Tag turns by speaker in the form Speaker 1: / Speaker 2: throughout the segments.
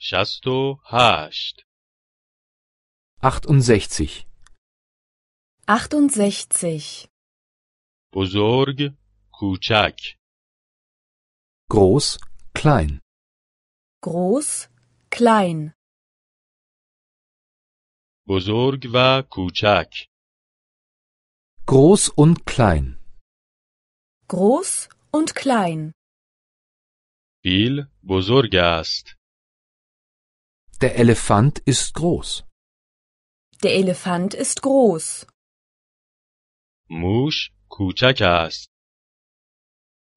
Speaker 1: شست و هشت
Speaker 2: 68.
Speaker 3: 68.
Speaker 1: بزرگ کوچک
Speaker 2: Groß, klein.
Speaker 3: Groß, klein.
Speaker 1: بزرگ و کوچک
Speaker 2: Groß und klein.
Speaker 3: Groß und klein.
Speaker 1: فیل بزرگ است
Speaker 2: Der Elefant ist groß.
Speaker 3: Der Elefant ist groß.
Speaker 1: موش کوچک است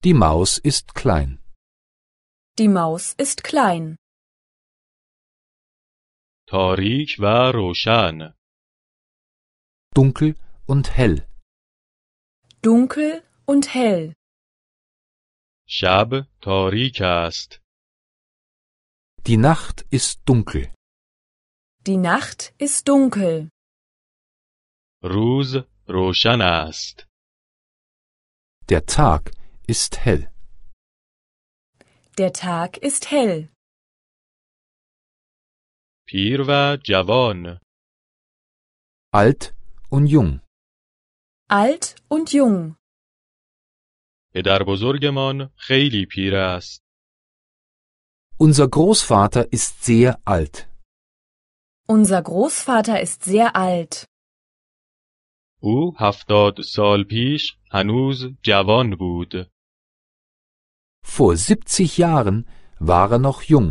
Speaker 2: Die Maus ist klein.
Speaker 3: Die Maus ist klein.
Speaker 1: تاریک و روشن
Speaker 2: Dunkel und hell.
Speaker 3: Dunkel und hell.
Speaker 1: شب تاریک است
Speaker 2: Die Nacht ist dunkel.
Speaker 3: Die Nacht ist dunkel.
Speaker 1: روز روشن است
Speaker 2: Der Tag ist hell.
Speaker 3: Der Tag ist hell.
Speaker 1: پیر و جوان
Speaker 2: Alt und jung.
Speaker 3: Alt und jung.
Speaker 1: پدر بزرگمان خیلی پیر است
Speaker 2: Unser Großvater ist sehr alt.
Speaker 3: Unser Großvater ist sehr alt.
Speaker 1: او هفتاد سال پیش هنوز جوان بود
Speaker 2: Vor 70 Jahren war er noch jung.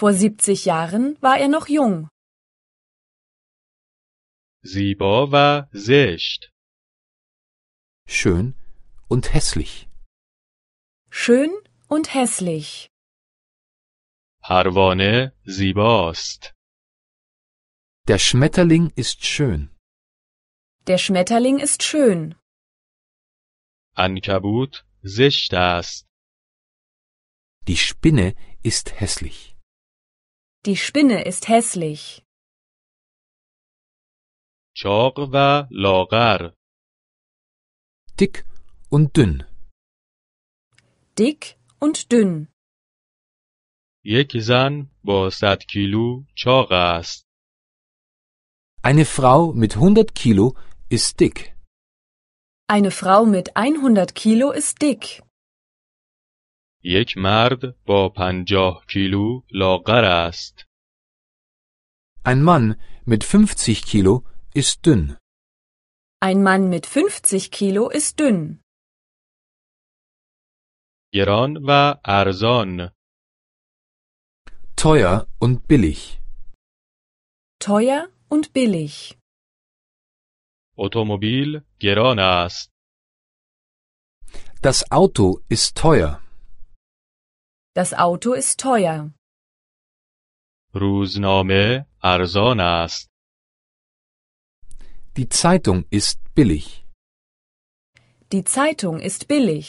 Speaker 3: Vor 70 Jahren war er noch jung.
Speaker 1: زیبا و زشت
Speaker 2: Schön und hässlich.
Speaker 3: Schön und hässlich.
Speaker 1: پروانه زیباست
Speaker 2: Der Schmetterling ist schön.
Speaker 3: Der Schmetterling ist schön.
Speaker 1: عنکبوت زشت است
Speaker 2: Die Spinne ist hässlich.
Speaker 3: Die Spinne ist hässlich.
Speaker 1: چاق و لاغر
Speaker 2: Dick und dünn.
Speaker 3: Dick und dünn.
Speaker 1: یک زن با صد کیلو چاق است
Speaker 2: Eine Frau mit 100 Kilo ist dick.
Speaker 3: Eine Frau mit 100 Kilo ist dick.
Speaker 1: یک مرد با پنجاه کیلو لاغر است
Speaker 2: Ein Mann mit 50 Kilo ist dünn.
Speaker 3: Ein Mann mit 50 Kilo ist dünn.
Speaker 1: گران و ارزان
Speaker 2: Teuer und billig.
Speaker 3: Teuer und billig.
Speaker 1: اتومبیل گران است
Speaker 2: Das Auto ist teuer.
Speaker 3: Das Auto ist teuer.
Speaker 1: روزنامه ارزان است
Speaker 2: Die Zeitung ist billig.
Speaker 3: Die Zeitung ist billig.